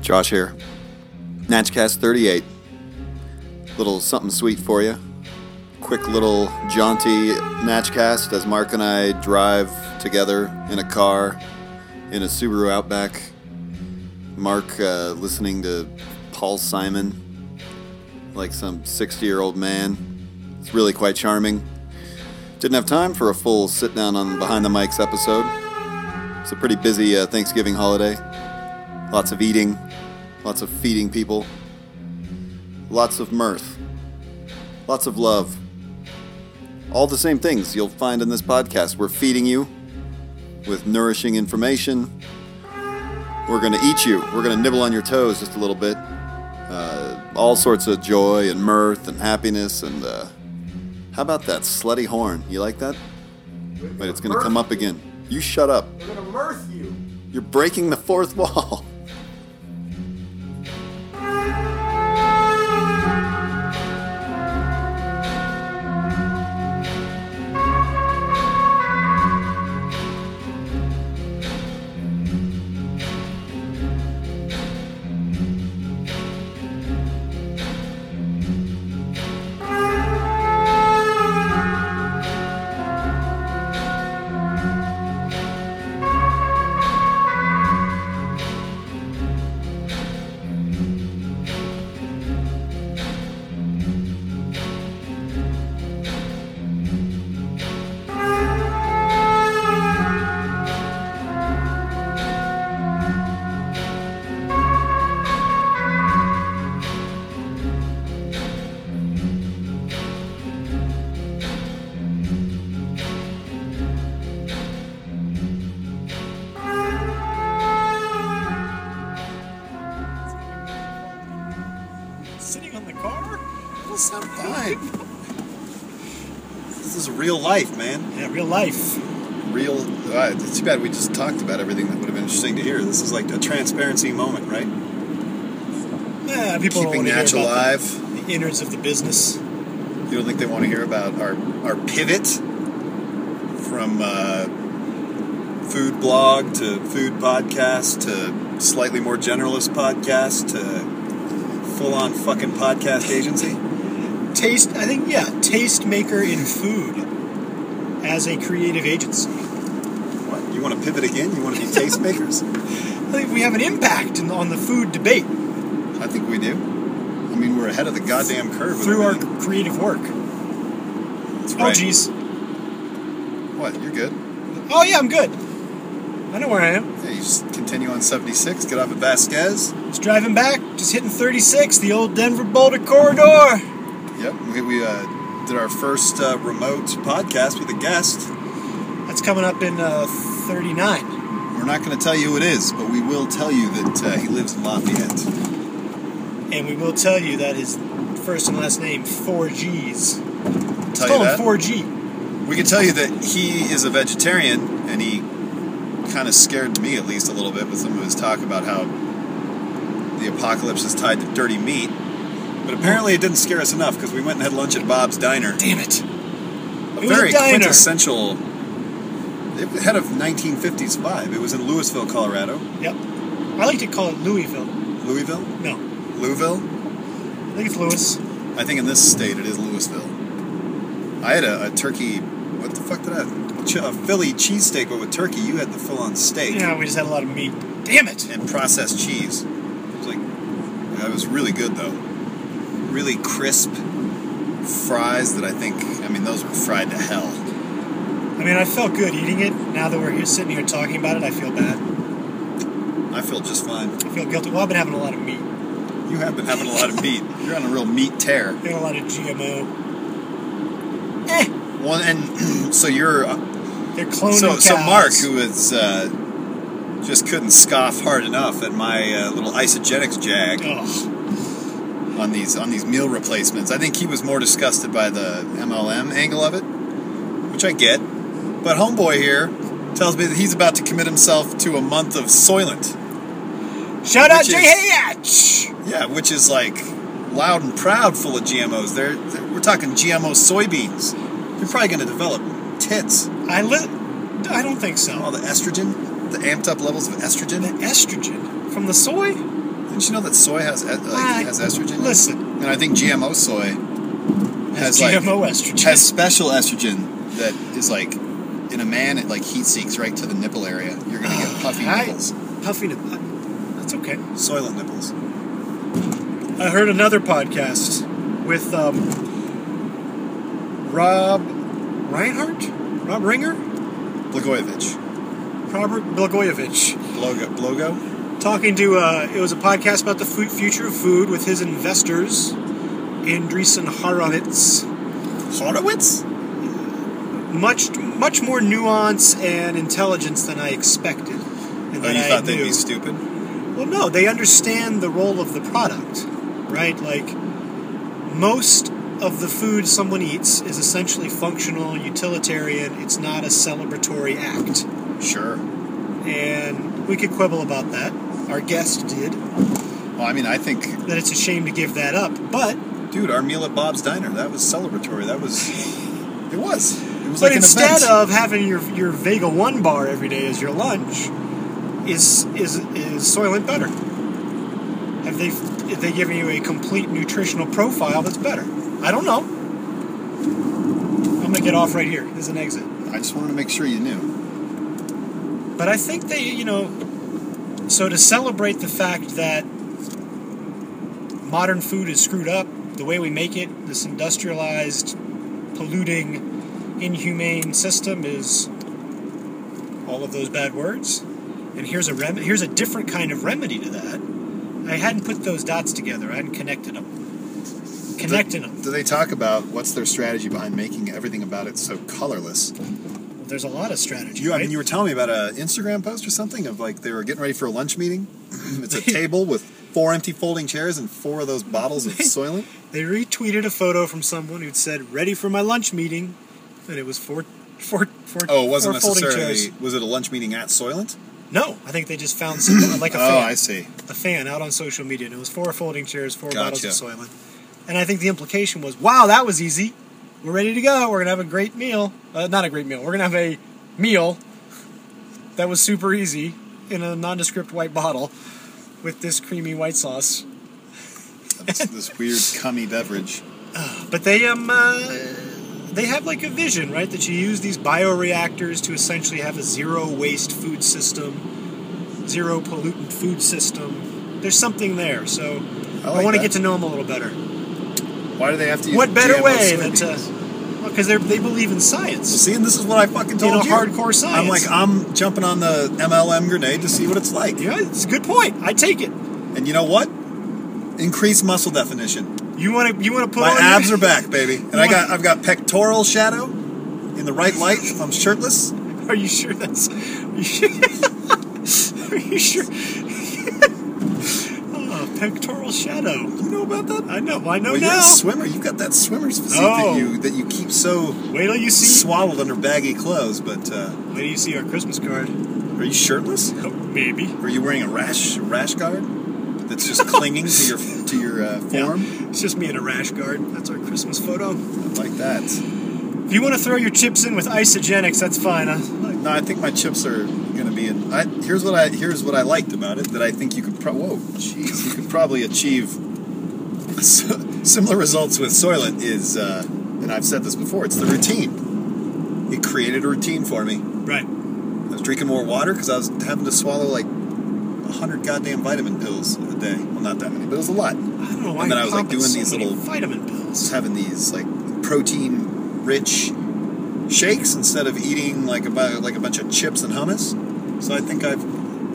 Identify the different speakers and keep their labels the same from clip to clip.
Speaker 1: Josh here. Natchcast 38. Little something sweet for you. Quick little jaunty Natchcast as Mark and I drive together in a car in a Subaru Outback. Mark uh, listening to Paul Simon like some 60 year old man. It's really quite charming. Didn't have time for a full sit down on Behind the Mics episode. It's a pretty busy uh, Thanksgiving holiday. Lots of eating, lots of feeding people, lots of mirth, lots of love. All the same things you'll find in this podcast. We're feeding you with nourishing information. We're going to eat you, we're going to nibble on your toes just a little bit. Uh, all sorts of joy and mirth and happiness. And uh, how about that slutty horn? You like that? Wait, it's going to come up again. You shut up.
Speaker 2: We're gonna mirth you.
Speaker 1: You're breaking the fourth wall.
Speaker 3: Sitting on the car? What's up,
Speaker 1: This is real life, man.
Speaker 3: Yeah, real life.
Speaker 1: Real. Uh, it's too bad we just talked about everything that would have been interesting to hear. This is like a transparency moment, right?
Speaker 3: Yeah, people
Speaker 1: Keeping
Speaker 3: don't want to
Speaker 1: Natch
Speaker 3: hear about
Speaker 1: alive.
Speaker 3: the the innards of the business.
Speaker 1: You don't think they want to hear about our our pivot from uh, food blog to food podcast to slightly more generalist podcast to full on fucking podcast agency?
Speaker 3: Taste, I think, yeah, taste maker in food as a creative agency.
Speaker 1: What? You want to pivot again? You want to be tastemakers?
Speaker 3: I think we have an impact in, on the food debate
Speaker 1: I think we do. I mean, we're ahead of the goddamn curve. with
Speaker 3: through our
Speaker 1: everything.
Speaker 3: creative work.
Speaker 1: That's
Speaker 3: Oh,
Speaker 1: right.
Speaker 3: geez.
Speaker 1: What? You're good.
Speaker 3: Oh, yeah, I'm good. I know where I am.
Speaker 1: Yeah, you just continue on 76, get off at Vasquez.
Speaker 3: Just driving back, just hitting 36, the old Denver Boulder corridor.
Speaker 1: Yep, we, we uh, did our first uh, remote podcast with a guest.
Speaker 3: That's coming up in uh, 39.
Speaker 1: We're not going to tell you who it is, but we will tell you that uh, he lives in Lafayette.
Speaker 3: And we will tell you that his first and last name, 4Gs.
Speaker 1: Tell
Speaker 3: Call
Speaker 1: you that.
Speaker 3: him 4G.
Speaker 1: We can tell you that he is a vegetarian, and he kind of scared me at least a little bit with some of his talk about how the apocalypse is tied to dirty meat. But apparently, it didn't scare us enough because we went and had lunch at Bob's Diner.
Speaker 3: Damn it.
Speaker 1: A
Speaker 3: It was a
Speaker 1: very
Speaker 3: diner.
Speaker 1: quintessential. It had a 1950s vibe. It was in Louisville, Colorado.
Speaker 3: Yep. I like to call it Louisville.
Speaker 1: Louisville?
Speaker 3: No,
Speaker 1: Louisville?
Speaker 3: I think it's Louis.
Speaker 1: I think in this state it is Louisville. I had a, a turkey. What the fuck did I? have? Ch- a Philly cheesesteak, but with turkey. You had the full-on steak
Speaker 3: Yeah, we just had a lot of meat. Damn it.
Speaker 1: and processed cheese. It was like that was really good though. Really crisp fries that I think. I mean, those were fried to hell.
Speaker 3: I mean, I felt good eating it. Now that we're here sitting here talking about it, I feel bad.
Speaker 1: I feel just fine.
Speaker 3: I feel guilty. Well, I've been having a lot of meat.
Speaker 1: You have been having a lot of meat. You're on a real meat tear.
Speaker 3: Been a lot of GMO. Eh,
Speaker 1: Well, and so you're
Speaker 3: they're cloning
Speaker 1: so
Speaker 3: cows.
Speaker 1: so Mark, who was uh, just couldn't scoff hard enough at my uh, little isogenics jag.
Speaker 3: Ugh.
Speaker 1: on these on these meal replacements. I think he was more disgusted by the MLM angle of it, which I get. But homeboy here tells me that he's about to commit himself to a month of Soylent.
Speaker 3: Shout out
Speaker 1: Which is-
Speaker 3: Jay Hayatch!
Speaker 1: Yeah, which is like loud and proud, full of GMOs. They're, they're- we're talking GMO soybeans. You're probably going to develop tits.
Speaker 3: I lit. I don't think so.
Speaker 1: All the estrogen, the amped up levels of
Speaker 3: The
Speaker 1: estrogen.
Speaker 3: estrogen from the soy?
Speaker 1: Didn't you know that soy has e- like,
Speaker 3: Ah,
Speaker 1: has estrogen? in it?
Speaker 3: Listen,
Speaker 1: And I think GMO soy
Speaker 3: has
Speaker 1: Has, like-
Speaker 3: GMO estrogen.
Speaker 1: has special estrogen that is like in a man it like heat seeks right to the nipple area. You're gonna get puffy
Speaker 3: I-
Speaker 1: nipples.
Speaker 3: Puffy nip- That's okay.
Speaker 1: Soylent nipples.
Speaker 3: I heard another podcast with um, Rob Reinhardt, Rob Ringer,
Speaker 1: Blagojevich.
Speaker 3: Robert Blagojevich,
Speaker 1: Blogo Blogo?
Speaker 3: talking to uh, it was a podcast about the fu- future of food with his investors, Andreessen Horowitz.
Speaker 1: Horowitz?
Speaker 3: Much much more nuance and intelligence than I expected. And
Speaker 1: Oh,
Speaker 3: than
Speaker 1: you
Speaker 3: I
Speaker 1: thought they'd
Speaker 3: knew.
Speaker 1: be stupid?
Speaker 3: Well, no, they understand the role of the product, right? Like, most of the food someone eats is essentially functional, utilitarian, it's not a celebratory act.
Speaker 1: Sure.
Speaker 3: And we could quibble about that. Our guest did.
Speaker 1: Well, I mean, I think,
Speaker 3: That it's a shame to give that up, but,
Speaker 1: dude, our meal at Bob's Diner, that was celebratory. That was, it was. It was
Speaker 3: but
Speaker 1: like an
Speaker 3: instead
Speaker 1: event.
Speaker 3: of having your, your Vega 1 bar every day as your lunch, is, is, is Soylent better? Have they, have they given you a complete nutritional profile that's better? I don't know. I'm going to get off right here. There's an exit.
Speaker 1: I just wanted to make sure you knew.
Speaker 3: But I think they, you know, so to celebrate the fact that modern food is screwed up, the way we make it, this industrialized, polluting, inhumane system is all of those bad words. And here's a rem- here's a different kind of remedy to that. I hadn't put those dots together. I hadn't connected them. Connecting them.
Speaker 1: Do they talk about what's their strategy behind making everything about it so colorless?
Speaker 3: There's a lot of strategy.
Speaker 1: You, I
Speaker 3: right?
Speaker 1: mean, you were telling me about an Instagram post or something of like they were getting ready for a lunch meeting. it's a table with four empty folding chairs and four of those bottles of Soylent.
Speaker 3: They retweeted a photo from someone who'd said, "Ready for my lunch meeting," and it was four, four, four.
Speaker 1: Oh, it wasn't
Speaker 3: four folding
Speaker 1: necessarily.
Speaker 3: chairs.
Speaker 1: Was it a lunch meeting at Soylent?
Speaker 3: No, I think they just found someone like a
Speaker 1: oh,
Speaker 3: fan,
Speaker 1: I see.
Speaker 3: a fan out on social media, and it was four folding chairs, four bottles of
Speaker 1: Gotcha.
Speaker 3: Soylent, and I think the implication was, "Wow, that was easy. We're ready to go. We're gonna have a great meal. Uh, not a great meal. We're gonna have a meal that was super easy in a nondescript white bottle with this creamy white sauce."
Speaker 1: That's this weird cummy beverage.
Speaker 3: But they um uh, they have like a vision, right? That you use these bioreactors to essentially have a zero waste food system, zero pollutant food system. There's something there, so I,
Speaker 1: like
Speaker 3: want to
Speaker 1: that.
Speaker 3: get to know them a little better.
Speaker 1: Why do they have to? Use
Speaker 3: what better
Speaker 1: GMO
Speaker 3: way than
Speaker 1: soybeans?
Speaker 3: to? Because they they believe in science.
Speaker 1: See, and this is what I fucking
Speaker 3: You
Speaker 1: told
Speaker 3: know,
Speaker 1: you.
Speaker 3: hardcore science.
Speaker 1: I'm like, I'm jumping on the MLM grenade to see what it's like.
Speaker 3: Yeah, it's a good point. I take it.
Speaker 1: And you know what? Increased muscle definition.
Speaker 3: You want to you want to put
Speaker 1: My
Speaker 3: on your-
Speaker 1: abs are back, baby. And I got I've got pectoral shadow in the right light. if I'm shirtless.
Speaker 3: Are you sure that's? Are you sure? are you sure? oh, pectoral shadow.
Speaker 1: You know about that?
Speaker 3: I know. I know
Speaker 1: Well, you're
Speaker 3: now.
Speaker 1: a swimmer. You've got that swimmer's physique
Speaker 3: Oh.
Speaker 1: that you that you keep so
Speaker 3: Wait till you see.
Speaker 1: swaddled under baggy clothes. But uh,
Speaker 3: Wait till you see our Christmas card.
Speaker 1: are you shirtless?
Speaker 3: Oh, maybe.
Speaker 1: Are you wearing a rash rash guard that's just clinging to your to your uh, form?
Speaker 3: Yeah. It's just me in a rash guard. That's our Christmas photo.
Speaker 1: I like that.
Speaker 3: If you want to throw your chips in with isogenics, that's fine. Uh,
Speaker 1: No, I think my chips are gonna be in. I, here's what I here's what I liked about it that I think you could. Pro- Whoa, jeez, you could probably achieve s- similar results with Soylent. Is uh, and I've said this before. It's the routine. It created a routine for me.
Speaker 3: right.
Speaker 1: I was drinking more water because I was having to swallow like hundred goddamn vitamin pills a day. Well, not that many, but it was a lot.
Speaker 3: I don't know why.
Speaker 1: And then
Speaker 3: you're
Speaker 1: I was, like,
Speaker 3: popping
Speaker 1: doing
Speaker 3: so
Speaker 1: these
Speaker 3: many
Speaker 1: little-
Speaker 3: vitamin
Speaker 1: Just
Speaker 3: pills.
Speaker 1: having these like protein rich shakes instead of eating like a bu- like a bunch of chips and hummus. So I think I've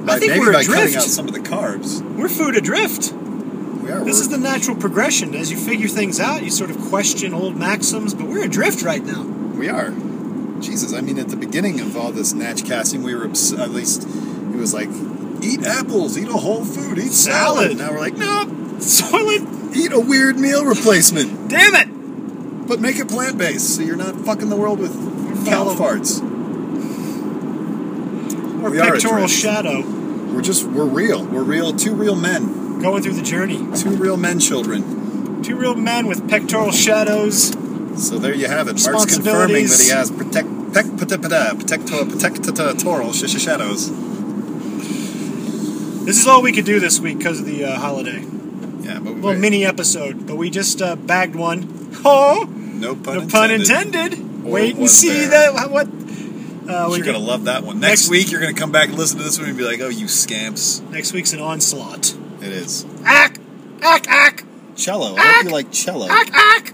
Speaker 1: by-
Speaker 3: think
Speaker 1: maybe
Speaker 3: we're
Speaker 1: by
Speaker 3: adrift.
Speaker 1: cutting out some of the carbs.
Speaker 3: We're food adrift.
Speaker 1: We are.
Speaker 3: This
Speaker 1: we're-
Speaker 3: is the natural progression. As you figure things out, you sort of question old maxims, but we're adrift right now.
Speaker 1: we are. Jesus, I mean, at the beginning of all this natch casting, we were obs- at least it was like eat apples, eat a whole food, eat salad.
Speaker 3: Salad.
Speaker 1: Now we're like, no,
Speaker 3: Soylent,
Speaker 1: eat a weird meal replacement,
Speaker 3: damn it!
Speaker 1: but make it plant based, so you're not fucking the world with cow
Speaker 3: Follow-
Speaker 1: farts.
Speaker 3: Or
Speaker 1: We are
Speaker 3: pectoral
Speaker 1: adrift.
Speaker 3: shadow
Speaker 1: We're just we're real. We're real. Two real men.
Speaker 3: going through the journey.
Speaker 1: Two real men. Children.
Speaker 3: Two real men with pectoral shadows.
Speaker 1: So there you have it. Mark's confirming that he has protect pec, protect protect protector- protectatorial sh- sh- shadows.
Speaker 3: This is all we could do this week because of the uh, holiday.
Speaker 1: Yeah, but we
Speaker 3: Little mini episode, but we just uh, bagged one. Oh,
Speaker 1: no pun
Speaker 3: no
Speaker 1: intended.
Speaker 3: pun intended.
Speaker 1: Or
Speaker 3: Wait and
Speaker 1: was
Speaker 3: see
Speaker 1: there?
Speaker 3: that what. Uh, we
Speaker 1: You're gonna
Speaker 3: get,
Speaker 1: love that one.
Speaker 3: Next-
Speaker 1: Next, week, you're gonna come back and listen to this one and be like, "Oh, you scamps!"
Speaker 3: next week's an onslaught.
Speaker 1: It is
Speaker 3: Ack, ack, ack,
Speaker 1: cello. I hope you
Speaker 3: Ack!
Speaker 1: like cello.
Speaker 3: ack, ack,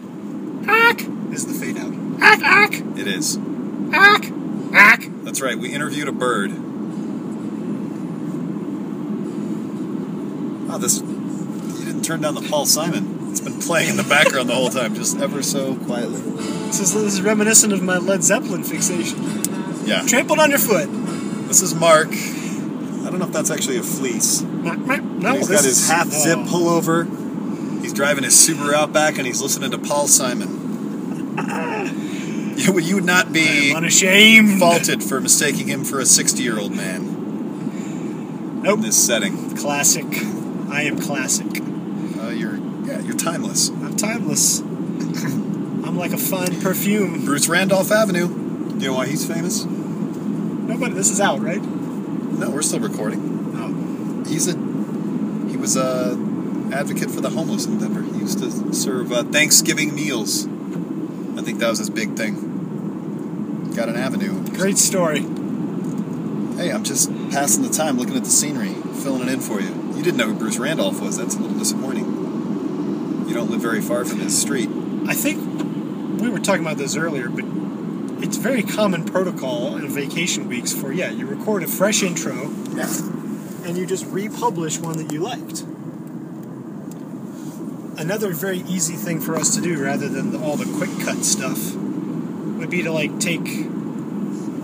Speaker 3: ack,
Speaker 1: This is the fade out.
Speaker 3: ack, ack,
Speaker 1: It is.
Speaker 3: ack, ack.
Speaker 1: That's right. We interviewed a bird. Oh, this. You didn't turn down the Paul Simon. It's been playing in the background the whole time, just ever so quietly.
Speaker 3: This is, this is reminiscent of my Led Zeppelin fixation.
Speaker 1: Yeah.
Speaker 3: Trampled underfoot.
Speaker 1: This is Mark. I don't know if that's actually a fleece.
Speaker 3: No, no,
Speaker 1: He's
Speaker 3: this
Speaker 1: got his
Speaker 3: is-
Speaker 1: half zip
Speaker 3: oh.
Speaker 1: pullover. He's driving his Subaru Outback and he's listening to Paul Simon. you, would- you would not be
Speaker 3: Unashamed.
Speaker 1: faulted for mistaking him for a 60 year old man
Speaker 3: Nope.
Speaker 1: in this setting.
Speaker 3: Classic. I am classic.
Speaker 1: Uh, you're, yeah, you're timeless.
Speaker 3: I'm timeless. I'm like a fine perfume.
Speaker 1: Bruce Randolph Avenue. Do you know why he's famous?
Speaker 3: Nobody. This is out, right?
Speaker 1: No, we're still recording.
Speaker 3: No.
Speaker 1: He's a he was a advocate for the homeless in Denver. He used to serve uh, Thanksgiving meals. I think that was his big thing. Got an avenue.
Speaker 3: Great story.
Speaker 1: Hey, I'm just passing the time, looking at the scenery, filling it in for you. You didn't know who Bruce Randolph was. That's a little disappointing. You don't live very far from his street.
Speaker 3: I think we were talking about this earlier, but it's very common protocol in vacation weeks for yeah, you record a fresh intro
Speaker 1: Yeah.
Speaker 3: and you just republish one that you liked. Another very easy thing for us to do, rather than all the quick cut stuff, would be to like take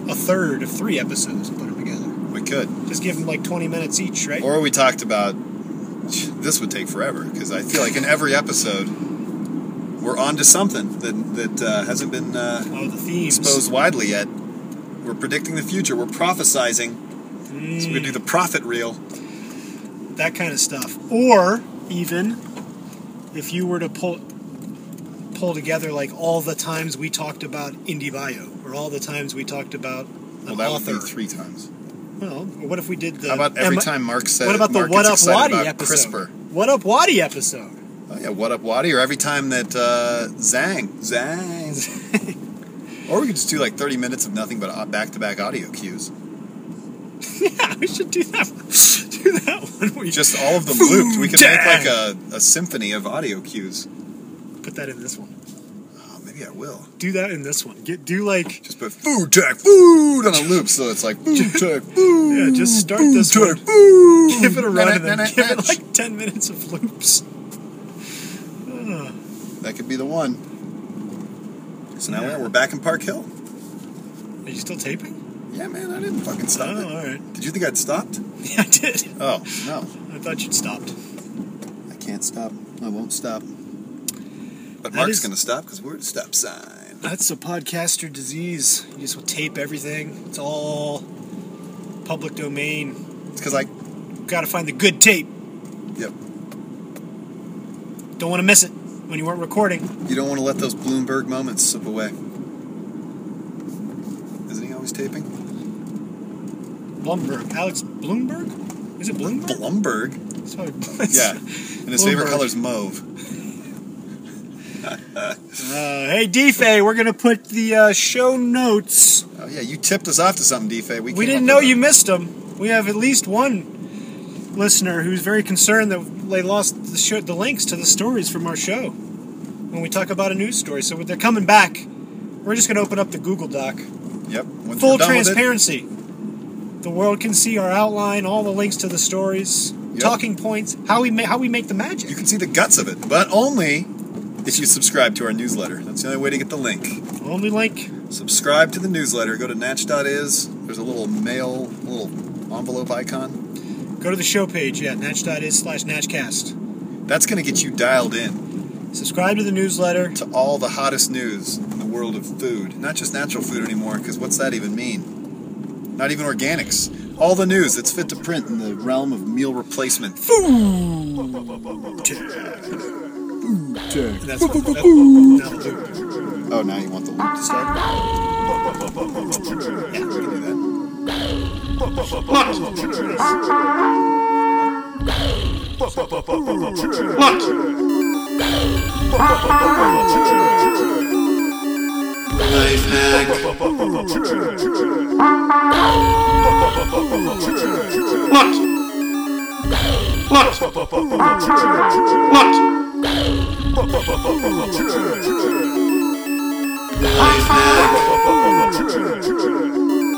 Speaker 3: a third of three episodes and put them together.
Speaker 1: We could.
Speaker 3: Just give them like 20 minutes each, right?
Speaker 1: Or we talked about this would take forever because I feel like in every episode we're on to something that that uh, hasn't been uh,
Speaker 3: oh, the themes.
Speaker 1: exposed widely yet. We're predicting the future. We're prophesizing. So we could do the prophet reel.
Speaker 3: that kind of stuff. Or even if you were to pull pull together like all the times we talked about indie bio, or all the times we talked about an
Speaker 1: Well, that
Speaker 3: author.
Speaker 1: would be three times.
Speaker 3: Well, or what if we did the
Speaker 1: How about every
Speaker 3: Emma-
Speaker 1: time Mark said?
Speaker 3: What about the
Speaker 1: Mark
Speaker 3: What Up
Speaker 1: gets excited
Speaker 3: Wadi
Speaker 1: about
Speaker 3: episode?
Speaker 1: CRISPR.
Speaker 3: What Up Wadi episode?
Speaker 1: Oh, yeah, what up, Wadi? Or every time that uh, Zang, Zang. or we could just do like 30 minutes of nothing but back to back audio cues.
Speaker 3: Yeah, we should do that. Do that one. We just
Speaker 1: Just all of them
Speaker 3: Food
Speaker 1: looped. We could make
Speaker 3: time.
Speaker 1: like a, a symphony of audio cues.
Speaker 3: put that in this one.
Speaker 1: Oh, maybe I will.
Speaker 3: Do that in this one. Get do like
Speaker 1: Just put food tech, food on a loop so it's like food tech, food.
Speaker 3: Yeah, just start
Speaker 1: food
Speaker 3: this
Speaker 1: tech,
Speaker 3: one.
Speaker 1: food.
Speaker 3: give it a run and
Speaker 1: Na- na-
Speaker 3: then
Speaker 1: na-
Speaker 3: give
Speaker 1: na-
Speaker 3: it like ten minutes of loops. Ugh.
Speaker 1: That could be the one. So now we're- we're back in Park Hill.
Speaker 3: Are you still taping?
Speaker 1: Yeah, man, I didn't fucking stop
Speaker 3: Oh,
Speaker 1: it.
Speaker 3: all right.
Speaker 1: Did you think I'd stopped?
Speaker 3: Yeah, I did.
Speaker 1: Oh, no.
Speaker 3: I thought you'd stopped.
Speaker 1: I can't stop. I won't stop. But
Speaker 3: That
Speaker 1: Mark's
Speaker 3: is-
Speaker 1: going to stop because we're at a stop sign.
Speaker 3: That's a podcaster disease. You just will tape everything. It's all public domain.
Speaker 1: It's because I.
Speaker 3: Got to find the good tape.
Speaker 1: Yep.
Speaker 3: Don't want to miss it when you weren't recording.
Speaker 1: You don't want to let those Bloomberg moments slip away. Isn't he always taping?
Speaker 3: Bloomberg, Alex Bloomberg, is it Bloomberg?
Speaker 1: Blumberg?
Speaker 3: Sorry.
Speaker 1: Yeah. And his
Speaker 3: Bloomberg.
Speaker 1: favorite color's mauve.
Speaker 3: Uh, hey, Defe, we're gonna put the uh, show notes.
Speaker 1: Oh, yeah, you tipped us off to something, D-Fay. We,
Speaker 3: We
Speaker 1: came
Speaker 3: didn't
Speaker 1: up
Speaker 3: know
Speaker 1: with
Speaker 3: you
Speaker 1: a-
Speaker 3: missed them. We have at least one listener who's very concerned that they lost the, show, the links to the stories from our show when we talk about a news story. So they're coming back. We're just going to open up the Google Doc.
Speaker 1: Yep. Once
Speaker 3: Full
Speaker 1: we're done with it-
Speaker 3: transparency. The world can see our outline, all the links to the stories,
Speaker 1: Yep.
Speaker 3: talking points, how we ma- how we make the magic.
Speaker 1: You can see the guts of it, but only if you subscribe to our newsletter. That's the only way to get the link.
Speaker 3: Only link.
Speaker 1: Subscribe to the newsletter. Go to natch.is. There's a little mail, little envelope icon.
Speaker 3: Go to the show page. Yeah, natch.is slash natchcast.
Speaker 1: That's going to get you dialed in
Speaker 3: Subscribe to the newsletter.
Speaker 1: to all the hottest news in the world of food. Not just natural food anymore, because what's that even mean? Not even organics. All the news that's fit to print in the realm of meal replacement.
Speaker 3: That's, that's, no,
Speaker 1: Oh, now you want the loop to start? Yeah, we can do that. Life hack. Life hack.